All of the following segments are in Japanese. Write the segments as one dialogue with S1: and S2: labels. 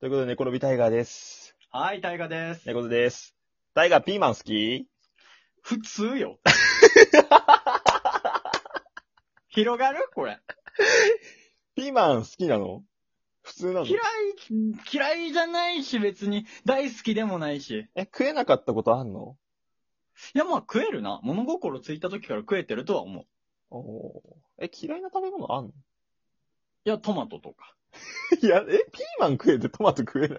S1: ということで、猫ロビタイガーです。
S2: はい、タイガです。
S1: 猫背です。タイガーピーマン好き
S2: 普通よ。広がるこれ。
S1: ピーマン好きなの普通なの
S2: 嫌い、嫌いじゃないし、別に、大好きでもないし。
S1: え、食えなかったことあんの
S2: いや、まあ食えるな。物心ついた時から食えてるとは思う。
S1: おーえ、嫌いな食べ物あんの
S2: いや、トマトとか。
S1: いや、え、ピーマン食えてトマト食えない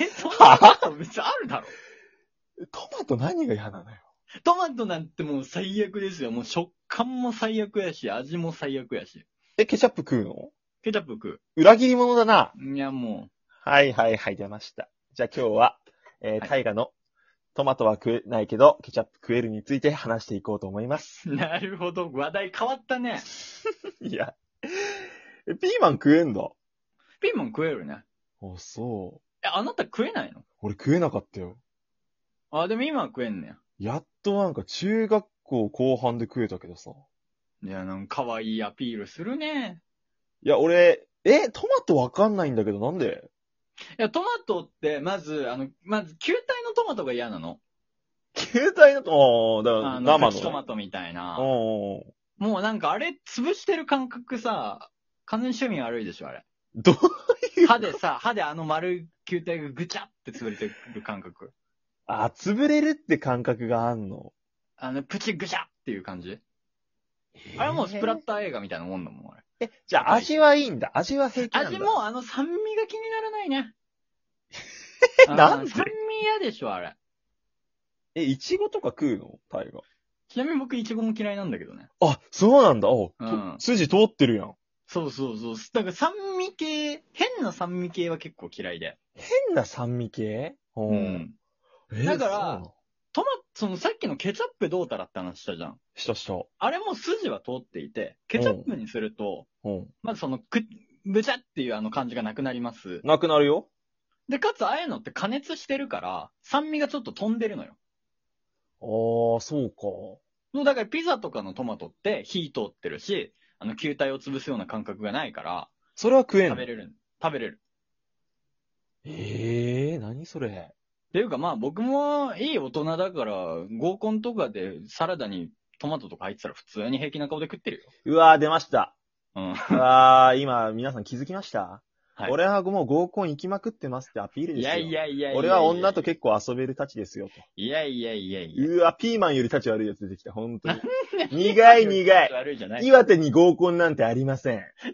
S2: え、そんなこと別にあるだろ。
S1: トマト何が嫌なのよ。
S2: トマトなんてもう最悪ですよ。もう食感も最悪やし、味も最悪やし。
S1: え、ケチャップ食うの
S2: ケチャップ食
S1: 裏切り者だな。
S2: う。いや、も
S1: はいはいはい、出ました。じゃあ今日は、え
S2: は
S1: ー、
S2: い
S1: タイガのトマトは食えないけど、ケチャップ食えるについて話していこうと思います。
S2: う。 なるほど。話題変わったね。
S1: いや、え、ピーマン食えんだ。あ、
S2: ピーマン食えるね。
S1: そう。
S2: え、あなた食えないの
S1: 俺食えなかったよ。
S2: あ、でも今は食えんねや。
S1: やっとなんか中学校後半で食えたけどさ。
S2: いや、なんか可愛いアピールするね。
S1: いや、俺、え、トマトわかんないんだけど、なんで
S2: いや、トマトって、まず、あの、まず、球体のトマトが嫌なの。
S1: 携帯のと、おーだか
S2: あ
S1: ら
S2: の、
S1: 生
S2: プチトマ
S1: の。
S2: トみたい
S1: お
S2: な。
S1: んうんうん。
S2: もうなんかあれ、潰してる感覚さ、完全に趣味悪いでし ょ、あれ。
S1: どう
S2: 歯でさ、歯であの丸い球体がぐちゃって潰れてる感覚。
S1: あ、潰れるって感覚があんの。
S2: あの、プチぐちゃっていう感じ。あれもうスプラ
S1: ッ
S2: ッ。ター映画みたいなもんだもん、あれ。
S1: え、じゃあ味はいいんだ。味は平気なんだ。
S2: 味。もあの酸味が気にならな いね。あの
S1: なんで
S2: 酸味嫌でしょ、あれ。
S1: え、いちごとか食うのタイ
S2: ちなみに僕、イチゴも嫌いなんだけどね。
S1: ガー。あ、そうなんだ。お、う
S2: うん
S1: 筋通ってるやん。
S2: そうそうそう。だから酸味系、変な酸味系は結構嫌いで。
S1: 変な酸味系
S2: う。
S1: うんえ
S2: だから
S1: そうなの
S2: トマ、そのさっきのケチャップどうたらって話したじゃん。
S1: したした。
S2: あれも筋は通っていて、ケチャップにすると、
S1: うん。
S2: まずそのく、ぶちゃっていうあの感じがなくなります。
S1: なくなるよ。
S2: で、かつああいうのって加熱してるから、酸味がちょっと飛んでるのよ。
S1: あー、そうか。
S2: もうだからピザとかのトマトって火通ってるし、あの球体を潰すような感覚がないから、
S1: それは食えんの
S2: 食べれる。食べれる。
S1: ええ何それ。
S2: っていうかまあ僕もいい大人だから、合コンとかでサラダにトマトとか入ってたら普通に平気な顔で食ってるよ。
S1: うわー、出ました。
S2: うん。
S1: うわー、今、皆さん気づきました、
S2: はい
S1: 俺はもう合コン行きまくってますってアピールで
S2: い
S1: すよ。
S2: やいやいやいや。
S1: 俺は女と結構遊べるたちですよと。
S2: いやいやいやいや。
S1: うわ、ピーマンよりたち悪いやつ出てきた、本当 に。苦い苦い。
S2: 悪いじゃない。
S1: 岩手に合コンなんてありません。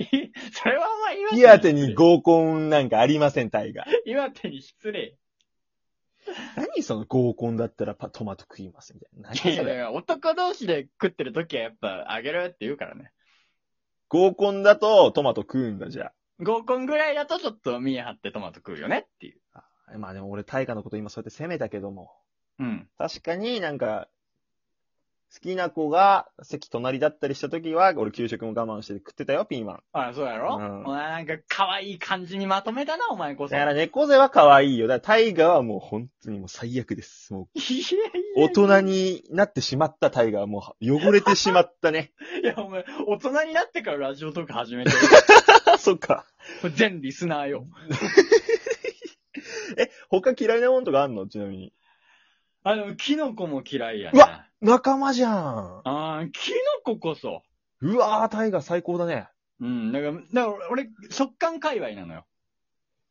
S2: それはあんま
S1: 岩手に合コンなんかありません、タイガー。
S2: 岩手に失礼。
S1: 何その合コンだったらパトマト食いますみたいな。
S2: いや
S1: 何
S2: い
S1: そ
S2: やい
S1: れ。
S2: や男同士で食ってる時はやっぱあげるって言うからね。
S1: 合コンだとトマト食うんだ、じゃ
S2: 合コンぐらいだとちょっと見え張ってトマト食うよねっていう。
S1: あ。まあでも俺、タイガーのこと今そうやって責めたけども。
S2: うん。
S1: 確かになんか、好きな子が席隣だったりした時は、俺給食も我慢して食ってたよ、ピーマン。
S2: あら、そうやろ、
S1: うん
S2: お前なんか可愛い感じにまとめたな、お前こそ。
S1: だから猫背は可愛いよ。だからタイガはもう本当にもう最悪です。も
S2: いやいうや
S1: 大人になってしまったタイガはもう汚れてしまった ね。
S2: いや、お前、大人になってからラジオトーク始めてる。
S1: あ、そっか。
S2: これ全リスナーよ。
S1: え、他嫌いなもんとかあんのちなみに。
S2: あの、キノコも嫌いや
S1: う
S2: ね。
S1: わ仲間じゃん。
S2: あーキノコこそ。
S1: うわー、タイガ最高だね。
S2: うん、だから、だから俺、食感界隈なのよ。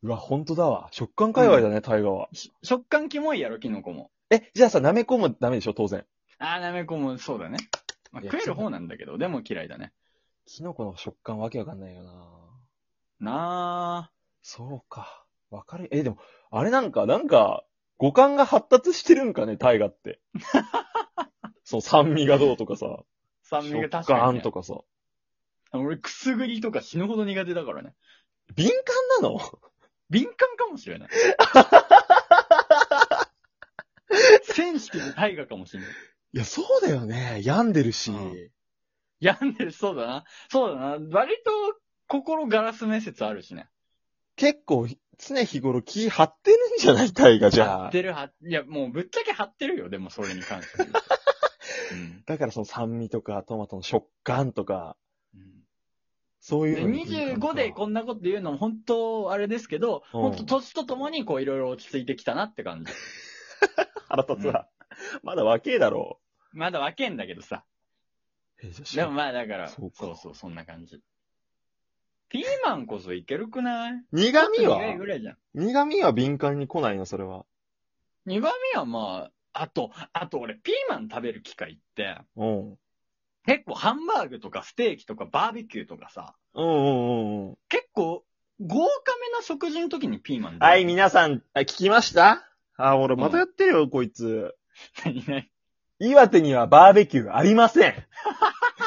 S1: うわ、本当だわ。食感界隈だね、タイガは。
S2: し食感キモいやろ、キノコも。
S1: え、じゃあさ、舐めこもダメでしょ、当然。
S2: あー、なめこもそうだね。まあ、
S1: いや
S2: 食える方なんだけど、でも嫌いだね。
S1: キノコの食感わけわかんないよな。
S2: な
S1: そうか。わかる。え、でも、あれなんか、なんか、五感が発達してるんかね、大河 って。そう、酸味がどうとかさ。
S2: ー。酸味が
S1: 食
S2: 確かに、
S1: 感
S2: ね。
S1: とかさ。
S2: 俺、くすぐりとか死ぬほど苦手だからね。
S1: 敏感なの
S2: 敏感かもし れない。センシティブ大河かもしれない。
S1: いや、そうだよね。病んでるし。
S2: うん病んでる、そうだな。そうだな。割と、心ガラス面接あるしね。
S1: 結構、常日頃気張ってるんじゃない大河じ
S2: 張
S1: ゃあ
S2: っ。てる、張っいや、もうぶっちゃけ張ってるよ、でもそれに 関して言うと。うん
S1: だからその酸味とか、トマトの食感とか、
S2: うん
S1: そういうのに
S2: 25でこんなこと言うのも本当あれですけど、
S1: うん
S2: 本当年とともにこういろいろ落ち着いてきたなって感じ。
S1: 腹立つわ。まだ若えだろ
S2: まだ若えんだけどさ。
S1: う。えじゃあ
S2: でもまあだから、
S1: そうか
S2: そうそう、そんな感じ。ピーマンこそいけるくない
S1: 苦味は
S2: 苦いぐらいじゃん。
S1: 苦味は敏感に来ないの、それは。
S2: 苦味はまあ、あと、あと俺、ピーマン食べる機会って、
S1: うん。
S2: 結構ハンバーグとかステーキとかバーベキューとかさ、
S1: うんうんうんうん。
S2: 結構豪華めな食事の時にピーマン出る
S1: はい、 皆さん、あ聞きましたあ、俺またやってるよ、こいつ。
S2: 何々
S1: 岩手にはバーベキューありません。
S2: 頑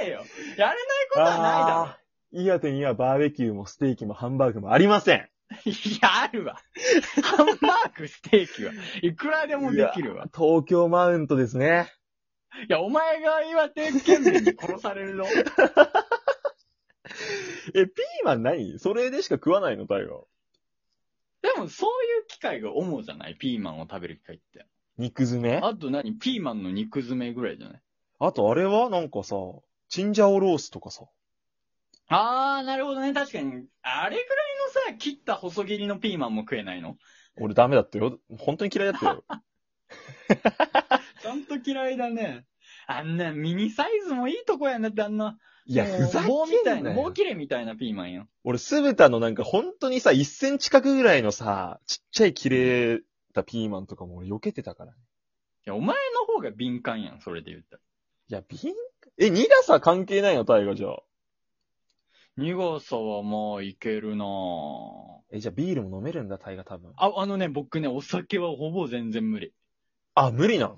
S2: 張れよやれないことはないだろ
S1: あー岩手にはバーベキューもステーキもハンバーグもありません。
S2: いや、あるわ。ハンバーグ、ステーキは、いくらでもできるわ。
S1: 東京マウントですね。
S2: いや、お前が岩手県民に殺されるぞ。
S1: え、ピーマン何それでしか食わないの、タイガー。
S2: でも、そういう機会が主じゃないピーマンを食べる機会って。
S1: 肉詰めあ
S2: あと何ピーマンの肉詰めぐらいじゃない
S1: とあれはなんかさ、チンジャオロースとかさ。
S2: あー、なるほどね。確かに、あれぐらいのさ、切った細切りのピーマンも食えないの
S1: 俺ダメだったよ。本当に嫌いだったよ。
S2: ちゃんと嫌いだね。あんなミニサイズもいいとこやなって、あんな。
S1: いや、
S2: もう
S1: ふざけん
S2: 棒みたい
S1: な
S2: な、
S1: よ
S2: 棒切れみたいなピーマンよ。
S1: 俺、すべたのなんか本当にさ、1センチ角ぐらいのさ、ちっちゃい切れたピーマンとかも俺避けてたから。い
S2: いや、お前の方が敏感やん、それで言ったら。
S1: や、ビン、え、苦さ関係ないのタイガじゃあ。
S2: 苦さはまあいけるなぁ。
S1: え、じゃあビールも飲めるんだ、タイガ多分。
S2: あ、あのね、僕ね、お酒はほぼ全然無理。
S1: あ、無理なん。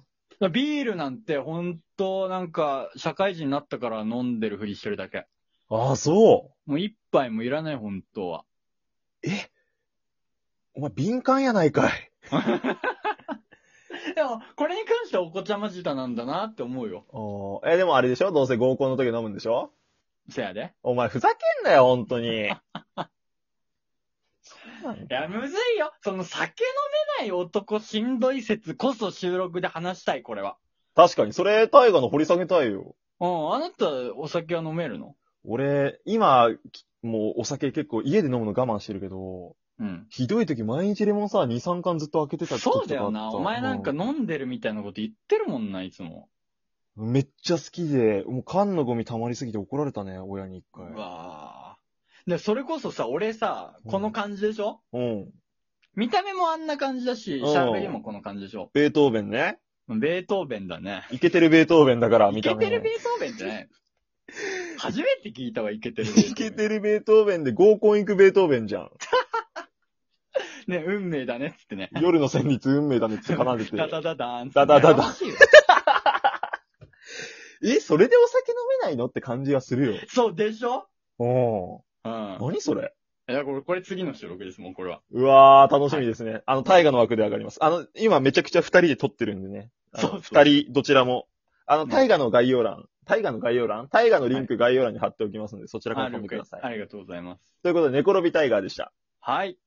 S2: ビールなんて本当なんか、社会人になったから飲んでるふりしてるだけ。
S1: あ、そ
S2: もう一杯もいらない、本当は。
S1: う。えお前敏感やないかい。
S2: でも、これに関してはお子ちゃま舌なんだなって思うよ。
S1: おーえ、でもあれでしょどうせ合コンの時飲むんでしょ
S2: せやで。
S1: お前ふざけんなよ、本当に。
S2: いや、むずいよ。その酒飲めない男しんどい説こそ収録で話したい、これは。
S1: 確かに、それタイガの掘り下げたいよ。
S2: うん、あなたお酒は飲めるの
S1: 俺、今、きもうお酒結構家で飲むの我慢してるけど、
S2: うん。
S1: ひどい時毎日レモンサワー2、3缶ずっと開けてた時とかあ
S2: そ
S1: っ
S2: う
S1: た
S2: だよな。お前なんか飲んでるみたいなこと言ってるもんな、いつも。
S1: うんめっちゃ好きで、もう缶のゴミ溜まりすぎて怒られたね、親に一回
S2: う。わぁ。で、それこそさ、俺さ、この感じでしょ、
S1: うん。
S2: 見た目もあんな感じだし、
S1: うん
S2: 喋りもこの感じでしょ
S1: ベートーベンね。
S2: ベートーベンだね。
S1: イケてるベートーベンだから、
S2: イ
S1: 見
S2: ケ
S1: た目。
S2: てるベートーベンじ ゃない初めて聞いたわ、イケてるベートーベン。
S1: イケてるベートーベンで合コン行くベートーベンじゃん。
S2: ね、運命だね、つってね。
S1: 夜の旋律運命だねって奏で て。
S2: ダダダダーン。
S1: ダダダダ
S2: 楽しいよ
S1: え、それでお酒飲めないのって感じはするよ。
S2: そうでしょ
S1: お
S2: うん。
S1: ー。何それ
S2: いや、これ、これ次の収録ですもん、これは。
S1: うわー、楽しみですね。あの、大河の枠で上がります。あの、今めちゃくちゃ二人で撮ってるんでね。あの
S2: そうそう
S1: 二人、どちらも。あの、
S2: ね
S1: 大河の概要欄、大河の概要欄大河のリンク概要欄に貼っておきますので、そちらか
S2: あ
S1: ら飛んでください。
S2: ありがとうございます。
S1: ということで、寝転びタイガーでした。
S2: はい。